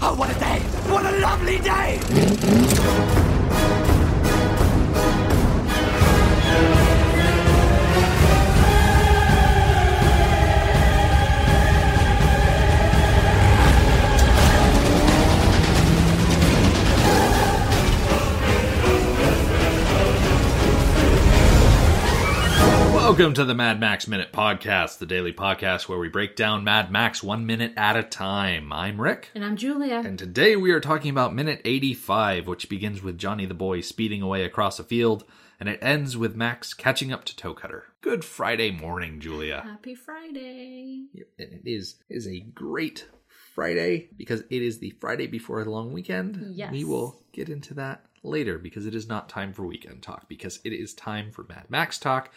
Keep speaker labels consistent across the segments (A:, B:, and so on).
A: Oh, what a day! What a lovely day!
B: Welcome to the Mad Max Minute Podcast, the daily podcast where we break down Mad Max one minute at a time. I'm Rick,
C: And I'm Julia.
B: and today we are talking about minute 85, which begins with Johnny the Boy speeding away across a field, and it ends with Max catching up to Toe Cutter. Good Friday morning, Julia.
C: Happy Friday.
B: And it is it is a great Friday because it is the Friday before a long weekend.
C: Yes.
B: We will get into that later because it is not time for weekend talk, because it is time for Mad Max talk.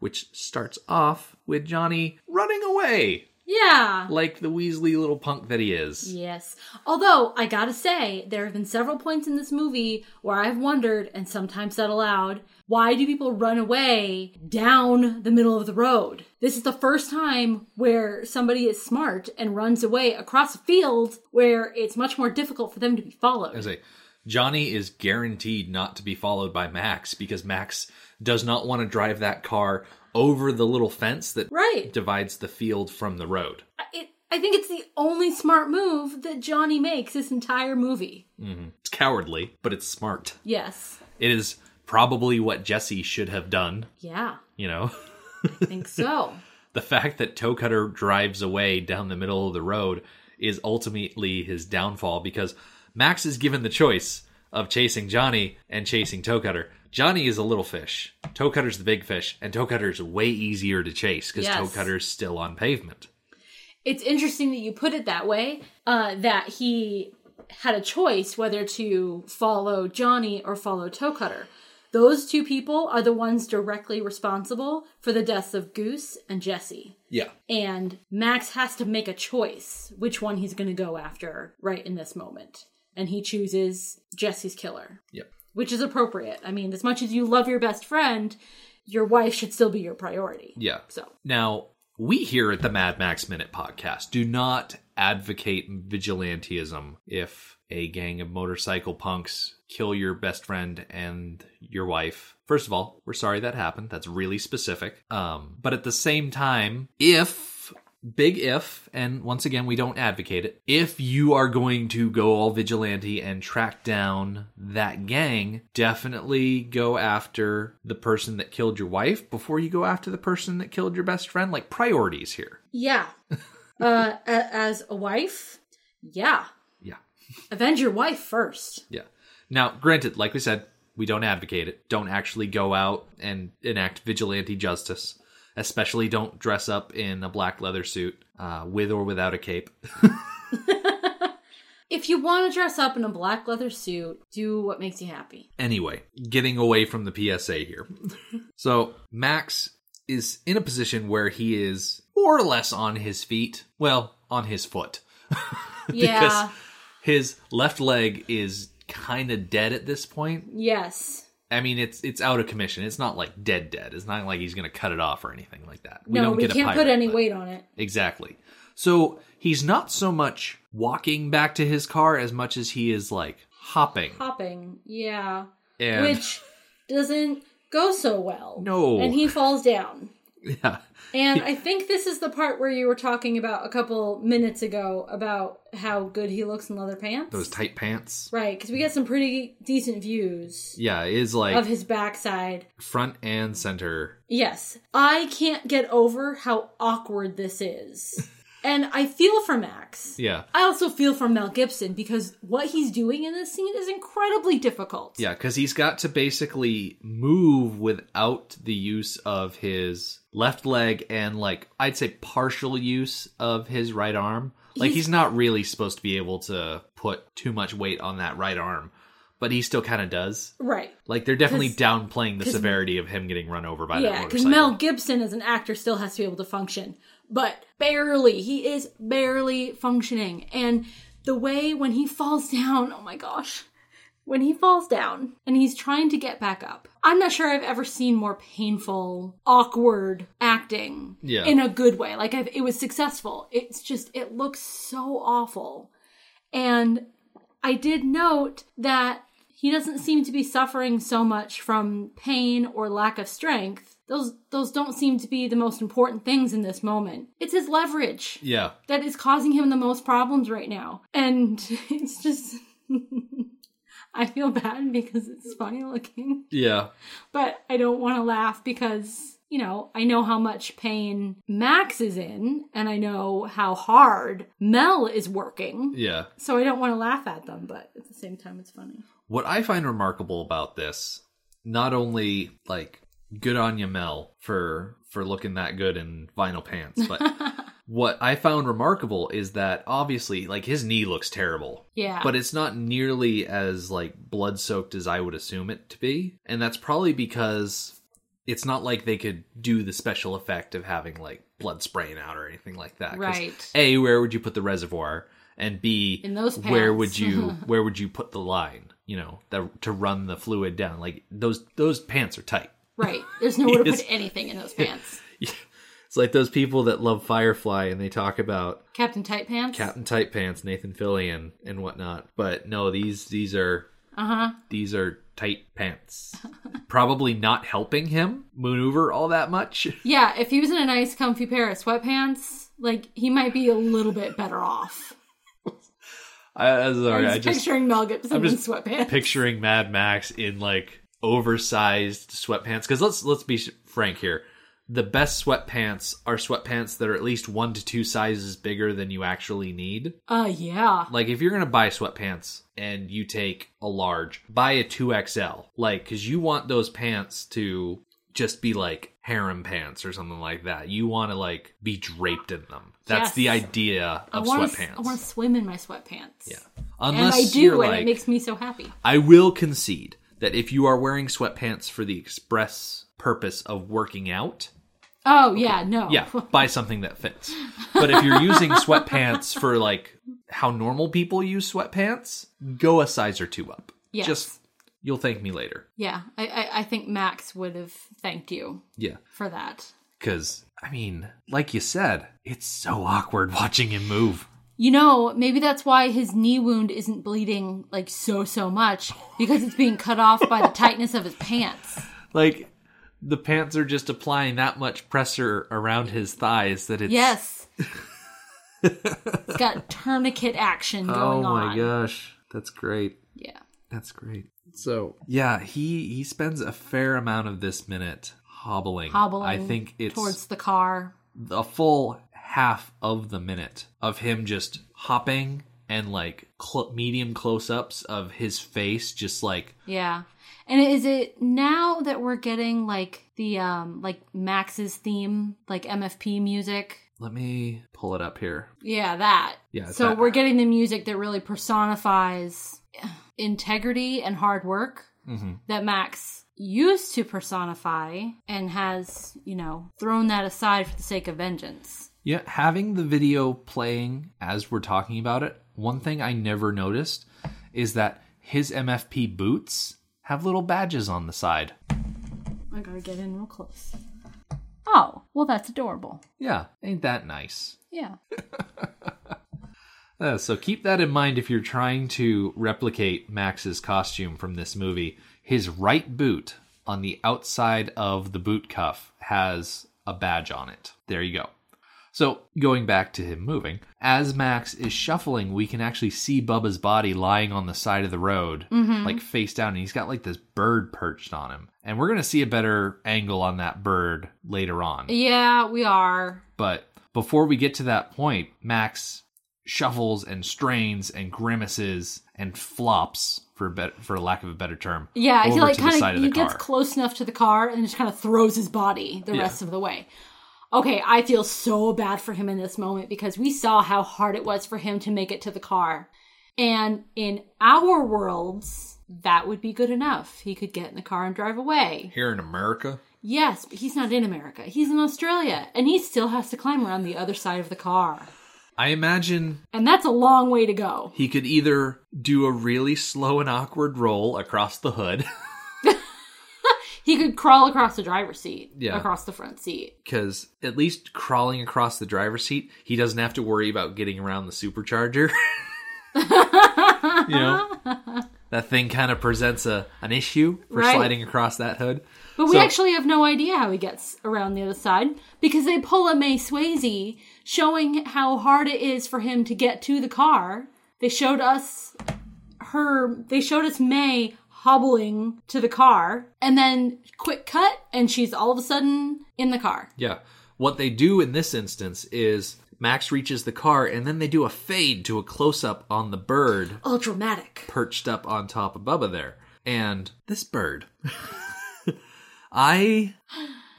B: Which starts off with Johnny running away
C: Yeah.
B: like the Weasley little punk that he is.
C: Yes. Although, I gotta say, there have been several points in this movie where I've wondered, and sometimes said aloud, why do people run away down the middle of the road? This is the first time where somebody is smart and runs away across a field where it's much more difficult for them to be followed.
B: As a Johnny is guaranteed not to be followed by Max because Max does not want to drive that car over the little fence that
C: right.
B: divides the field from the road.
C: It, I think it's the only smart move that Johnny makes this entire movie.
B: It's cowardly, but it's smart.
C: Yes.
B: It is probably what Jesse should have done,
C: Yeah.
B: you know.
C: I think so.
B: The fact that Toe Cutter drives away down the middle of the road is ultimately his downfall because Max is given the choice of chasing Johnny and chasing Toe Cutter. Johnny is a little fish. Toe Cutter's the big fish, and Toe Cutter's way easier to chase because
C: Yes.
B: Toe Cutter's still on pavement.
C: it's interesting that you put it that way uh, that he had a choice whether to follow johnny or follow toe cutter those two people are the ones directly responsible for the deaths of goose and jesse
B: Yeah.
C: and max has to make a choice which one he's going to go after right in this moment and he chooses jesse's killer
B: Yep.
C: which is appropriate i mean as much as you love your best friend your wife should still be your priority
B: Yeah.
C: so
B: Now, we here at the Mad Max Minute podcast do not advocate vigilantism if a gang of motorcycle punks kill your best friend and your wife. First of all, we're sorry that happened. That's really specific. Um, but at the same time, if big if and once again we don't advocate it if you are going to go all vigilante and track down that gang definitely go after the person that killed your wife before you go after the person that killed your best friend like priorities here
C: Yeah. uh, a- as a wife, yeah.
B: yeah
C: Avenge your wife first.
B: yeah now granted like we said we don't advocate it don't actually go out and enact vigilante justice especially don't dress up in a black leather suit uh, with or without a cape
C: If you want to dress up in a black leather suit, do what makes you happy.
B: Anyway, getting away from the PSA here. so, Max is in a position where he is more or less on his feet. Well, on his foot.
C: Yeah.
B: his left leg is kind of dead at this point.
C: yes.
B: I mean, it's it's out of commission. It's not like dead dead. It's not like he's going to cut it off or anything like that.
C: no, we
B: a
C: can't
B: pirate,
C: put any
B: but-
C: weight on it.
B: Exactly. So, he's not so much walking back to his car as much as he is like hopping.
C: Hopping. Yeah.
B: and
C: Which doesn't go so well.
B: No.
C: And he falls down.
B: yeah.
C: And I think this is the part where you were talking about a couple minutes ago about how good he looks in leather pants.
B: Those tight pants.
C: right, because we got some pretty decent views
B: Yeah, it is like
C: of his backside.
B: front and center.
C: Yes. I can't get over how awkward this is. and I feel for Max.
B: Yeah.
C: I also feel for Mel Gibson because what he's doing in this scene is incredibly difficult.
B: Yeah, because he's got to basically move without the use of his left leg and, like, I'd say partial use of his right arm. Like, he's,
C: He's-
B: not really supposed to be able to put too much weight on that right arm, but he still kind of does.
C: Right.
B: Like, they're definitely
C: 'Cause-
B: downplaying the severity of him getting run over by that
C: Yeah, because
B: motorcycle.
C: Mel Gibson as an actor still has to be able to function, but barely. He is barely functioning. And the way when he falls down, oh my gosh, when he falls down and he's trying to get back up, I'm not sure I've ever seen more painful, awkward acting
B: Yeah.
C: in a good way. Like, I've, it was successful. It's just, it looks so awful. And I did note that he doesn't seem to be suffering so much from pain or lack of strength. Those those don't seem to be the most important things in this moment. It's his leverage
B: Yeah.
C: that is causing him the most problems right now. And it's just I feel bad because it's funny looking
B: Yeah.
C: but I don't want to laugh because, you know, I know how much pain Max is in and I know how hard Mel is working.
B: Yeah.
C: So I don't want to laugh at them, but at the same time, it's funny.
B: What I find remarkable about this, not only like good on you, Mel, for for looking that good in vinyl pants, but what I found remarkable is that obviously, like his knee looks terrible,
C: Yeah.
B: but it's not nearly as like blood soaked as I would assume it to be, and that's probably because it's not like they could do the special effect of having like blood spraying out or anything like that. 'Cause,
C: Right.
B: A, where would you put the reservoir? And B,
C: In those
B: where
C: pants.
B: would you where would you put the line? You know, that to run the fluid down. Like those those pants are tight.
C: right. There's nowhere to
B: Yes.
C: put anything in those pants.
B: It's like those people that love Firefly and they talk about
C: Captain Tight Pants?
B: Captain Tight Pants, Nathan Fillion, and whatnot. But no, these these are
C: uh huh.
B: these are tight pants. Probably not helping him maneuver all that much.
C: Yeah, if he was in a nice, comfy pair of sweatpants, like, he might be a little bit better off.
B: I, I'm sorry,
C: I'm
B: I
C: just
B: just
C: picturing Mel Gibson
B: I'm just
C: in sweatpants.
B: picturing Mad Max in like oversized sweatpants. Because let's let's be frank here. The best sweatpants are sweatpants that are at least one to two sizes bigger than you actually need.
C: uh, yeah.
B: Like if you're gonna buy sweatpants and you take a large, buy a two XL. Like because you want those pants to just be like harem pants or something like that. You want to like be draped in them. That's
C: Yes.
B: the idea of
C: I want to
B: sweatpants.
C: I want to swim in my sweatpants. Yeah. And
B: Unless
C: I do,
B: you're
C: and
B: like,
C: it makes me so happy.
B: I will concede that if you are wearing sweatpants for the express purpose of working out,
C: Oh yeah, no.
B: yeah, buy something that fits. But if you're using sweatpants for like how normal people use sweatpants, go a size or two up.
C: Yes.
B: Just you'll thank me later.
C: Yeah. I, I, I think Max would have thanked you
B: Yeah.
C: for that.
B: Cuz I mean, like you said, it's so awkward watching him move.
C: You know, maybe that's why his knee wound isn't bleeding like so so much because it's being cut off by the tightness of his pants.
B: Like the pants are just applying that much pressure around his thighs that it's
C: Yes. it's got tourniquet action going
B: Oh
C: on.
B: my gosh. That's great.
C: Yeah.
B: That's great. So yeah, he he spends a fair amount of this minute hobbling.
C: Hobbling
B: I think it's
C: towards the car.
B: a full half of the minute of him just hopping and like cl- medium close-ups of his face, just like
C: Yeah. And is it now that we're getting like the um like Max's theme, like MFP music?
B: let me pull it up here.
C: Yeah, that.
B: Yeah, it's
C: So
B: that.
C: we're getting the music that really personifies integrity and hard work
B: Mm-hmm.
C: that Max used to personify and has, you know, thrown that aside for the sake of vengeance.
B: Yeah, having the video playing as we're talking about it, one thing I never noticed is that his MFP boots have little badges on the side.
C: I gotta get in real close. Oh, well, that's adorable.
B: Yeah, ain't that nice?
C: Yeah.
B: Uh, so keep that in mind if you're trying to replicate Max's costume from this movie. His right boot on the outside of the boot cuff has a badge on it. There you go. So going back to him moving, as Max is shuffling, we can actually see Bubba's body lying on the side of the road, like face down, and he's got like this bird perched on him. And we're gonna see a better angle on that bird later on.
C: Yeah, we are.
B: But before we get to that point, Max shuffles and strains and grimaces and flops for bet for lack of a better term.
C: Yeah,
B: over
C: he like
B: to the
C: kind
B: side
C: of
B: of
C: he
B: the
C: gets
B: car.
C: close enough to the car and just kind of throws his body the rest of the way. Okay, I feel so bad for him in this moment because we saw how hard it was for him to make it to the car. And in our worlds, that would be good enough. He could get in the car and drive away.
B: Here in America,
C: Yes, but he's not in America. He's in Australia, and he still has to climb around the other side of the car.
B: I imagine
C: And that's a long way to go.
B: he could either do a really slow and awkward roll across the hood
C: He could crawl across the driver's seat,
B: Yeah.
C: across the front seat.
B: because at least crawling across the driver's seat, he doesn't have to worry about getting around the supercharger. you know, that thing kind of presents a an issue for
C: Right.
B: sliding across that hood.
C: But we
B: So-
C: actually have no idea how he gets around the other side because they pull a May Swayze showing how hard it is for him to get to the car. They showed us her, they showed us May hobbling to the car and then quick cut and she's all of a sudden in the car.
B: Yeah. What they do in this instance is Max reaches the car and then they do a fade to a close up on the bird
C: All dramatic.
B: perched up on top of Bubba there. And this bird. I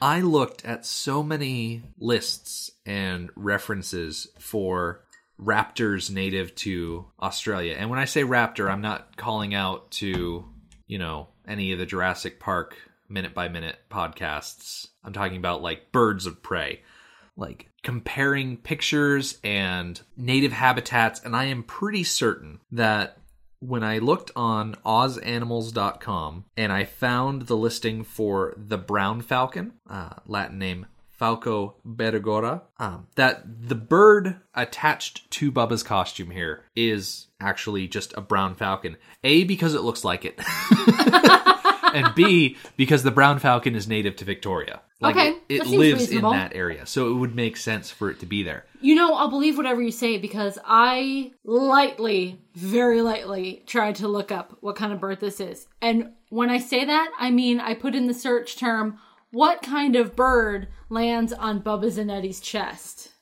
B: I looked at so many lists and references for raptors native to Australia. And when I say raptor, I'm not calling out to, you know, any of the Jurassic Park minute by minute podcasts. I'm talking about like birds of prey like comparing pictures and native habitats and i am pretty certain that when i looked on ozanimals.com and i found the listing for the brown falcon uh, latin name falco bergora um, that the bird attached to bubba's costume here is actually just a brown falcon a because it looks like it and b because the brown falcon is native to victoria like
C: Okay,
B: it, it
C: that seems
B: lives
C: reasonable.
B: in that area. So it would make sense for it to be there.
C: You know, I'll believe whatever you say because I lightly, very lightly, tried to look up what kind of bird this is. And when I say that, I mean I put in the search term, what kind of bird lands on Bubba Zanetti's chest?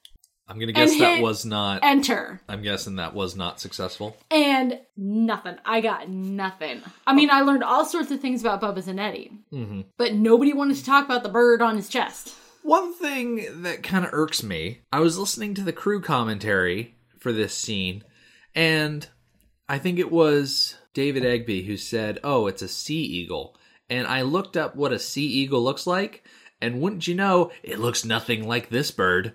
B: I'm gonna guess that
C: hit-
B: was not.
C: Enter.
B: I'm guessing that was not successful.
C: And nothing. I got nothing. I mean, I learned all sorts of things about Bubba Zanetti,
B: Mm-hmm.
C: but nobody wanted to talk about the bird on his chest.
B: One thing that kind of irks me. I was listening to the crew commentary for this scene, and I think it was David Egby who said, "Oh, it's a sea eagle." And I looked up what a sea eagle looks like, and wouldn't you know, it looks nothing like this bird.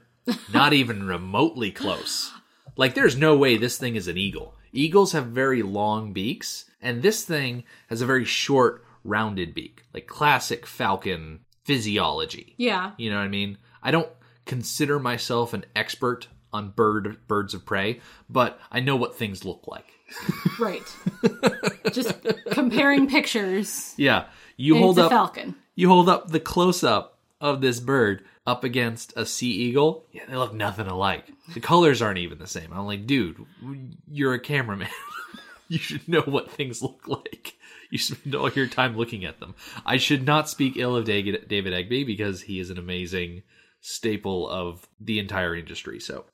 B: Not even remotely close. Like, there's no way this thing is an eagle. Eagles have very long beaks, and this thing has a very short, rounded beak, like classic falcon physiology.
C: Yeah.
B: You know what I mean? I don't consider myself an expert on bird birds of prey, but I know what things look like.
C: Right. Just comparing pictures.
B: Yeah, you
C: And
B: hold
C: it's a
B: up
C: falcon.
B: you hold up the close up of this bird up against a sea eagle. Yeah, they look nothing alike. The colors aren't even the same. I'm like, dude, you're a cameraman. you should know what things look like. You spend all your time looking at them. I should not speak ill of Dag- David Egby because he is an amazing staple of the entire industry. So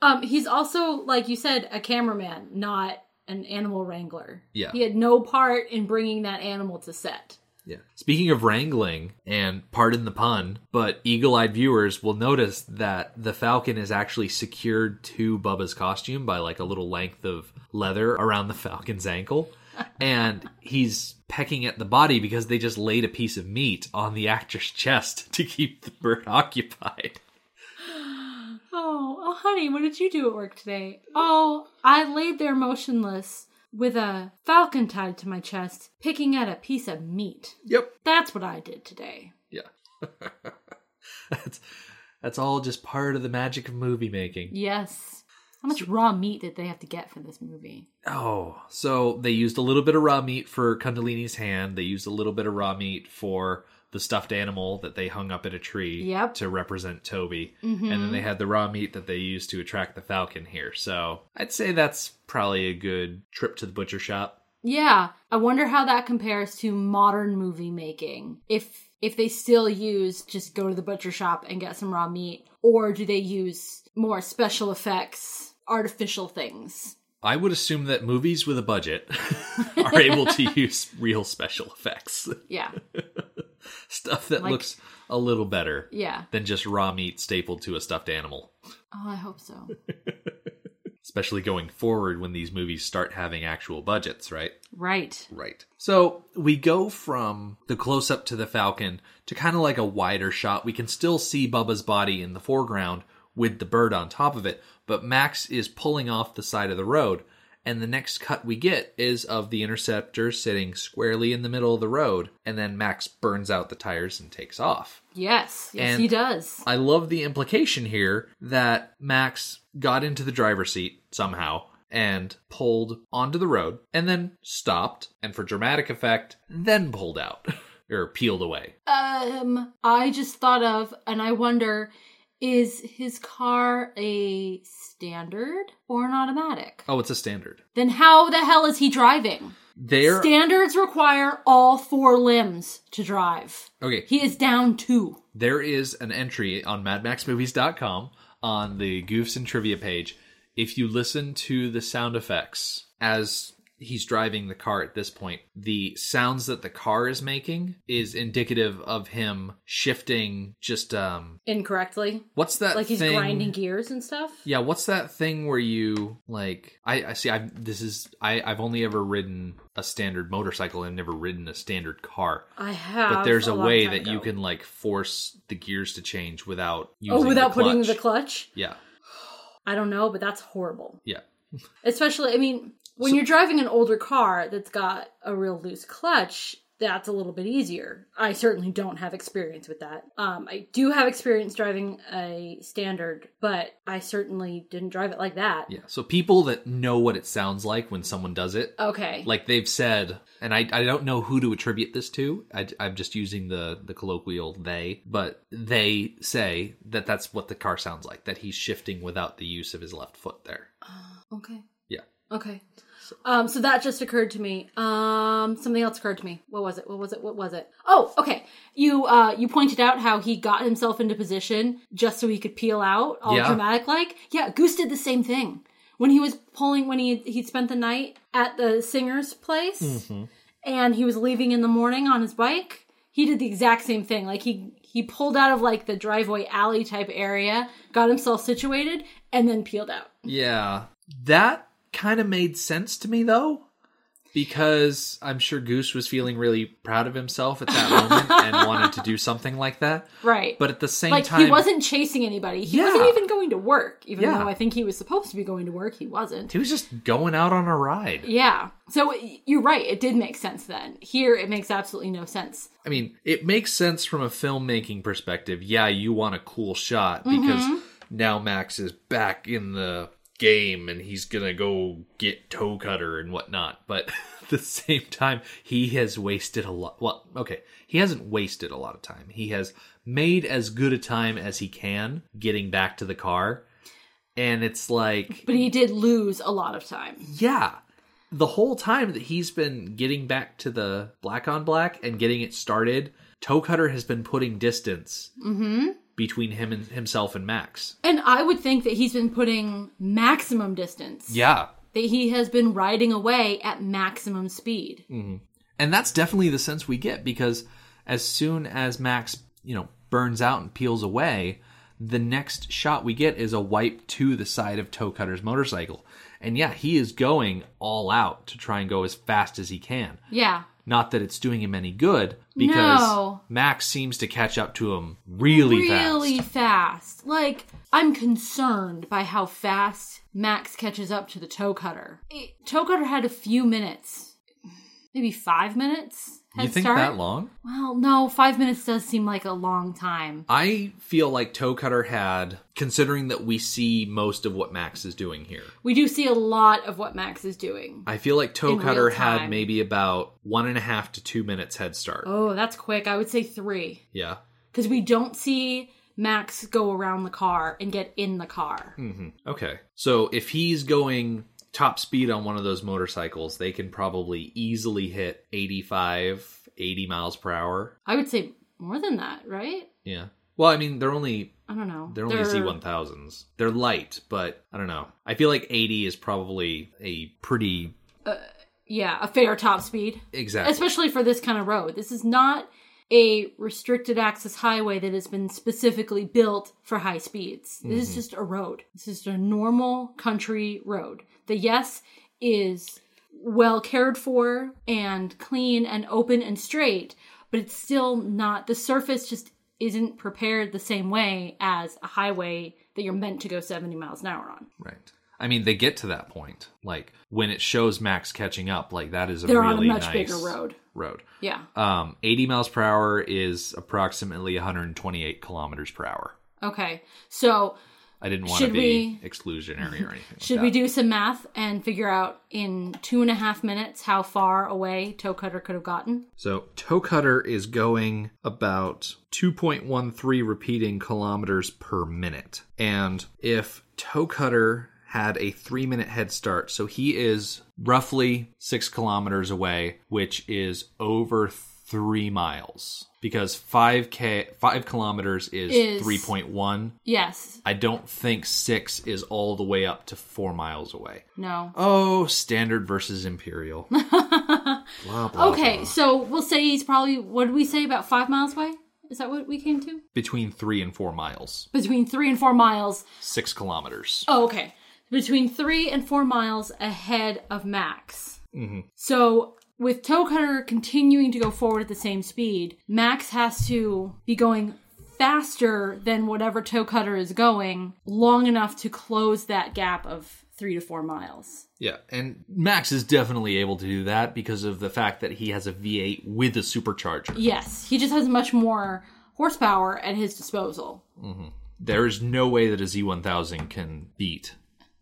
C: Um, he's also, like you said, a cameraman, not an animal wrangler.
B: Yeah.
C: He had no part in bringing that animal to set.
B: Yeah. Speaking of wrangling, and pardon the pun, but eagle eyed viewers will notice that the falcon is actually secured to Bubba's costume by like a little length of leather around the falcon's ankle. And he's pecking at the body because they just laid a piece of meat on the actor's chest to keep the bird occupied.
C: Oh, oh, honey, what did you do at work today? Oh, I laid there motionless with a falcon tied to my chest, picking at a piece of meat.
B: Yep.
C: That's what I did today.
B: Yeah. that's that's all just part of the magic of movie making.
C: Yes. How much raw meat did they have to get for this movie?
B: Oh, so they used a little bit of raw meat for Kundalini's hand. They used a little bit of raw meat for the stuffed animal that they hung up at a tree
C: Yep. Mm-hmm.
B: to represent Toby. And then they had the raw meat that they used to attract the falcon here. So I'd say that's probably a good trip to the butcher shop.
C: Yeah, I wonder how that compares to modern movie making. If if they still use just go to the butcher shop and get some raw meat or do they use more special effects, artificial things?
B: I would assume that movies with a budget are able to use real special effects.
C: Yeah.
B: Stuff that
C: Like-
B: looks a little better
C: Yeah.
B: than just raw meat stapled to a stuffed animal.
C: Oh, I hope so.
B: especially going forward when these movies start having actual budgets, right?
C: Right.
B: Right. So we go from the close up to the Falcon to kind of like a wider shot. We can still see Bubba's body in the foreground with the bird on top of it, but Max is pulling off the side of the road. And the next cut we get is of the interceptor sitting squarely in the middle of the road, and then Max burns out the tires and takes off.
C: Yes. Yes,
B: And-
C: he does.
B: I love the implication here that Max got into the driver's seat somehow and pulled onto the road and then stopped and for dramatic effect then pulled out or peeled away.
C: Um, I just thought of, and I wonder, is his car a standard or an automatic?
B: Oh, it's a standard.
C: Then how the hell is he driving?
B: There
C: Standards require all four limbs to drive.
B: Okay,
C: He is down two.
B: there is an entry on madmaxmovies.com on the goofs and trivia page if you listen to the sound effects as he's driving the car at this point the sounds that the car is making is indicative of him shifting just um
C: Incorrectly.
B: what's that
C: Like he's
B: thing?
C: grinding gears and stuff.
B: yeah what's that thing where you like i, I see i this is i i've only ever ridden a standard motorcycle and never ridden a standard car
C: I have.
B: but there's a,
C: long
B: way
C: time
B: that you
C: ago.
B: can like force the gears to change without using
C: Oh, without
B: the
C: putting the
B: clutch.
C: clutch?
B: yeah,
C: I don't know, but that's horrible.
B: yeah,
C: Especially, I mean, when you're driving an older car that's got a real loose clutch, that's a little bit easier. I certainly don't have experience with that. Um, I do have experience driving a standard, but I certainly didn't drive it like that.
B: yeah. So people that know what it sounds like when someone does it,
C: Okay.
B: like they've said, and I I don't know who to attribute this to. I, I'm just using the the colloquial they, but they say that that's what the car sounds like. That he's shifting without the use of his left foot there.
C: okay.
B: Yeah.
C: Okay. Um, so that just occurred to me. Um, something else occurred to me. What was it? What was it? What was it? Oh, okay. You uh, you pointed out how he got himself into position just so he could peel out, all
B: Yeah.
C: dramatic like. Yeah, Goose did the same thing when he was pulling when he he spent the night at the singer's place, and he was leaving in the morning on his bike. He did the exact same thing. Like he he pulled out of like the driveway alley type area, got himself situated, and then peeled out.
B: Yeah, that kind of made sense to me though. Because I'm sure Goose was feeling really proud of himself at that moment and wanted to do something like that.
C: Right.
B: But at the same
C: like
B: time,
C: he wasn't chasing anybody. He
B: Yeah.
C: wasn't even going to work, even
B: Yeah.
C: though I think he was supposed to be going to work. He wasn't.
B: he was just going out on a ride.
C: Yeah. So y- you're right. It did make sense then. Here, it makes absolutely no sense.
B: I mean, it makes sense from a filmmaking perspective. Yeah, you want a cool shot because now Max is back in the game and he's gonna go get toe cutter and whatnot. But at the same time, he has wasted a lot. Well, okay, he hasn't wasted a lot of time. He has made as good a time as he can getting back to the car, and it's like
C: But he did lose a lot of time.
B: Yeah. The whole time that he's been getting back to the black on black and getting it started, Toe Cutter has been putting distance between him and himself and Max.
C: And I would think that he's been putting maximum distance.
B: Yeah.
C: That he has been riding away at maximum speed.
B: Mm. And that's definitely the sense we get because as soon as Max, you know, burns out and peels away, the next shot we get is a wipe to the side of Toe Cutter's motorcycle. And yeah, he is going all out to try and go as fast as he can.
C: Yeah.
B: Not that it's doing him any good because
C: No.
B: Max seems to catch up to him really,
C: really
B: fast.
C: fast. Like, I'm concerned by how fast Max catches up to the toe cutter. It, toe cutter had a few minutes, maybe five minutes. Head
B: You think
C: start.
B: that long?
C: Well, no, five minutes does seem like a long time.
B: I feel like Toe Cutter had, considering that we see most of what Max is doing here.
C: We do see a lot of what Max is doing.
B: I feel like Toe
C: In real
B: Cutter had
C: time.
B: maybe about one and a half to two minutes head start.
C: Oh, that's quick. I would say three.
B: Yeah.
C: Because we don't see Max go around the car and get in the car.
B: Hmm. Okay. So if he's going top speed on one of those motorcycles, they can probably easily hit 85, 80 miles per hour.
C: I would say more than that, right?
B: Yeah. Well, I mean, they're only
C: I don't know.
B: They're only Z one thousands. They're light, but I don't know. I feel like eighty is probably a pretty
C: Yeah, a fair top speed.
B: exact.
C: especially for this kind of road. This is not a restricted access highway that has been specifically built for high speeds. This
B: Mm-hmm.
C: is just a road. This is a normal country road. The yes is well cared for and clean and open and straight, but it's still not the surface just isn't prepared the same way as a highway that you're meant to go 70 miles an hour on.
B: right. I mean, they get to that point, like when it shows Max catching up. Like that is a
C: They're on a
B: really
C: much
B: nice
C: bigger road.
B: Road.
C: Yeah.
B: Um, eighty miles per hour is approximately one hundred twenty eight kilometers per hour.
C: Okay. So
B: I didn't want
C: Should
B: to be
C: we-
B: exclusionary or anything.
C: Should we do some math and figure out in two and a half minutes how far away Toe Cutter could have gotten?
B: So toe cutter is going about 2.13 repeating kilometers per minute. And if toe cutter had a three minute head start, so he is roughly six kilometers away, which is over three miles because 5k 5 kilometers is,
C: Is-
B: 3.1
C: Yes.
B: i don't think 6 is all the way up to 4 miles away
C: No.
B: oh standard versus imperial blah blah
C: Okay, so we'll say he's probably, what did we say, about five miles away? Is that what we came to?
B: between three and four miles,
C: Between three and four miles.
B: six kilometers.
C: Oh, okay. Between three and four miles ahead of Max. So with Toe Cutter continuing to go forward at the same speed, Max has to be going faster than whatever Toe Cutter is going long enough to close that gap of three to four miles.
B: Yeah, and Max is definitely able to do that because of the fact that he has a V8 with a supercharger.
C: Yes, he just has much more horsepower at his disposal.
B: There is no way that a Z1000 can beat.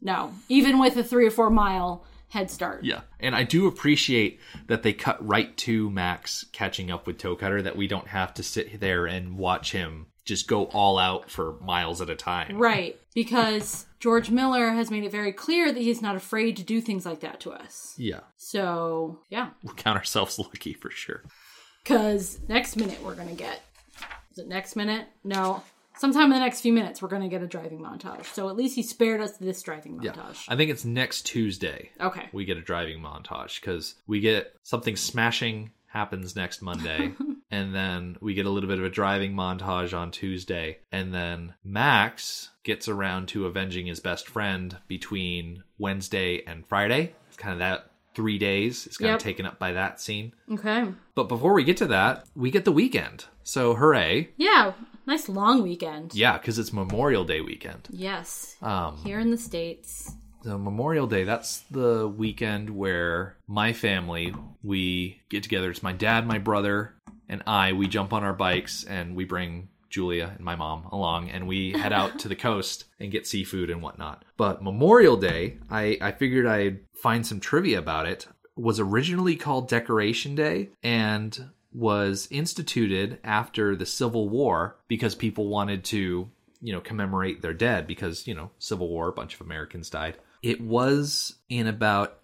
C: No, even with a three or four mile head start.
B: Yeah, and I do appreciate that they cut right to Max catching up with Toe Cutter, that we don't have to sit there and watch him just go all out for miles at a time.
C: Right, because George Miller has made it very clear that he's not afraid to do things like that to us.
B: Yeah,
C: So, yeah.
B: we'll count ourselves lucky for sure.
C: Because next minute we're going to get. Is it next minute? No. Sometime in the next few minutes we're going to get a driving montage. So at least he spared us this driving montage.
B: I think it's next Tuesday.
C: Okay.
B: we get a driving montage because we get something smashing happens next Monday, and then we get a little bit of a driving montage on Tuesday, and then Max gets around to avenging his best friend between Wednesday and Friday. It's kind of that three days. It's kind
C: Yep.
B: of taken up by that scene.
C: Okay.
B: But before we get to that, we get the weekend. So hooray!
C: Yeah. Nice long weekend.
B: Yeah, because it's Memorial Day weekend.
C: Yes.
B: Um,
C: Here in the States.
B: So Memorial Day, that's the weekend where my family we get together. It's my dad, my brother, and I. We jump on our bikes and we bring Julia and my mom along, and we head out to the coast and get seafood and whatnot. But Memorial Day, I I figured I'd find some trivia about it. Was originally called Decoration Day and was instituted after the Civil War because people wanted to you know commemorate their dead because you know civil war a bunch of americans died it was in about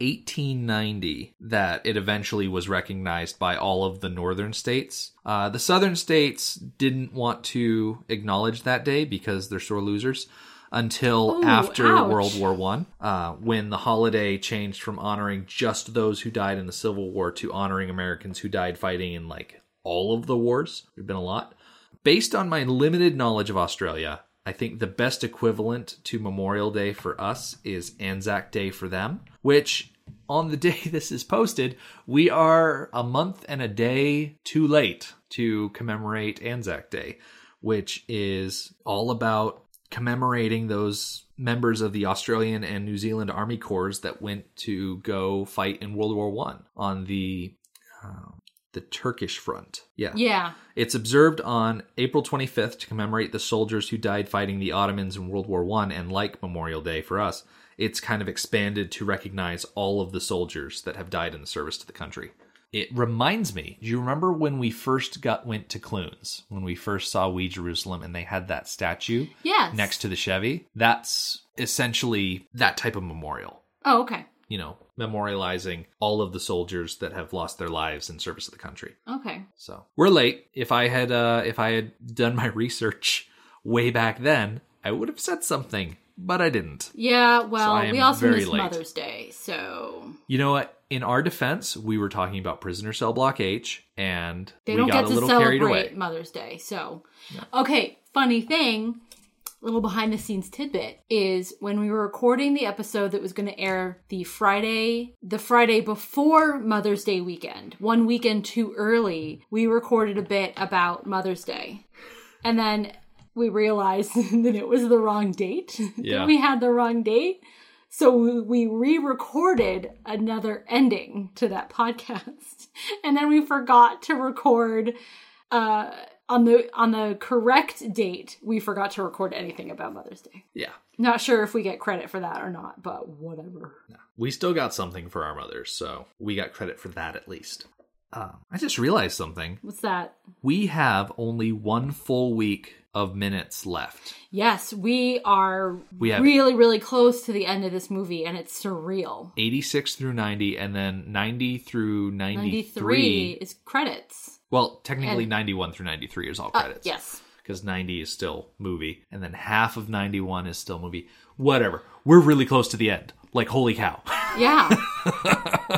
B: 1890 that it eventually was recognized by all of the northern states uh, the southern states didn't want to acknowledge that day because they're sore losers until
C: Ooh,
B: after
C: ouch.
B: world war one uh, when the holiday changed from honoring just those who died in the civil war to honoring americans who died fighting in like all of the wars there have been a lot based on my limited knowledge of Australia, I think the best equivalent to Memorial Day for us is Anzac Day for them, which on the day this is posted, we are a month and a day too late to commemorate Anzac Day, which is all about commemorating those members of the Australian and New Zealand Army Corps that went to go fight in World War 1 on the um, the Turkish front. Yeah.
C: Yeah.
B: It's observed on April 25th to commemorate the soldiers who died fighting the Ottomans in World War I, and like Memorial Day for us, it's kind of expanded to recognize all of the soldiers that have died in the service to the country. It reminds me, do you remember when we first got went to Clunes, when we first saw We Jerusalem and they had that statue
C: Yes.
B: next to the Chevy? That's essentially that type of memorial
C: Oh, okay.
B: you know, memorializing all of the soldiers that have lost their lives in service of the country.
C: Okay.
B: So we're late. If I had uh, if I had done my research way back then, I would have said something, but I didn't.
C: Yeah, well,
B: I am
C: we also
B: very
C: missed
B: late.
C: Mother's Day, so
B: You know what? In our defense, we were talking about prisoner cell block H, and
C: they
B: we
C: don't
B: got
C: get
B: a
C: to
B: little carried
C: celebrate
B: away.
C: Mother's Day. So, okay, funny thing, little behind the scenes tidbit is when we were recording the episode that was going to air the Friday, the Friday before Mother's Day weekend, one weekend too early, we recorded a bit about Mother's Day. And then we realized that it was the wrong date.
B: Yeah.
C: that we had the wrong date. So we we re-recorded another ending to that podcast, and then we forgot to record uh, on the on the correct date, we forgot to record anything about Mother's Day.
B: Yeah.
C: Not sure if we get credit for that or not, but whatever.
B: We still got something for our mothers, so we got credit for that at least. Um, I just realized something.
C: What's that?
B: We have only one full week of minutes left.
C: Yes, we are
B: We have-
C: really, really close to the end of this movie, and it's surreal.
B: 86 through 90 and then 90 through
C: 93
B: 93.
C: is credits.
B: Well, technically
C: And-
B: 91 through 93 is all
C: Uh,
B: credits.
C: yes.
B: Because 90 is still movie and then half of 91 is still movie. Whatever. We're really close to the end. Like holy cow.
C: Yeah.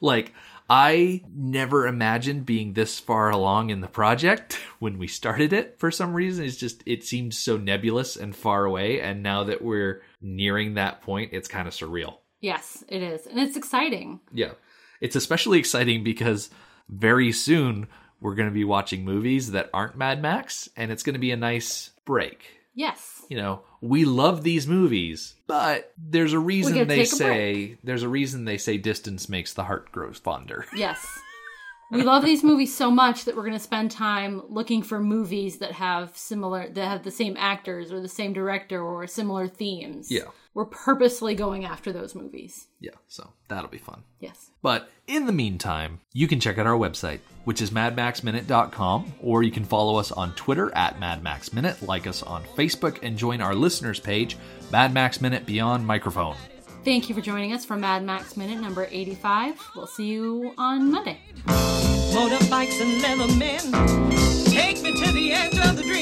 B: like I never imagined being this far along in the project when we started it for some reason. It's just, it seemed so nebulous and far away. And now that we're nearing that point, it's kind of surreal.
C: yes, it is. And it's exciting.
B: Yeah. It's especially exciting because very soon we're going to be watching movies that aren't Mad Max, and it's going to be a nice break.
C: Yes.
B: You know, we love these movies, but there's a reason
C: gotta
B: they
C: take a
B: say there's a reason they say distance makes the heart grow fonder.
C: Yes. We love these movies so much that we're going to spend time looking for movies that have similar, that have the same actors or the same director or similar themes.
B: Yeah.
C: We're purposely going after those movies.
B: Yeah, so that'll be fun.
C: Yes.
B: But in the meantime, you can check out our website, which is madmaxminute.com, or you can follow us on Twitter at madmaxminute, like us on Facebook, and join our listeners page, Mad Max Minute Beyond Microphone.
C: Thank you for joining us for Mad Max Minute number 85. We'll see you on Monday.
A: Motorbikes and Leathermen. Take me to the edge of the dream.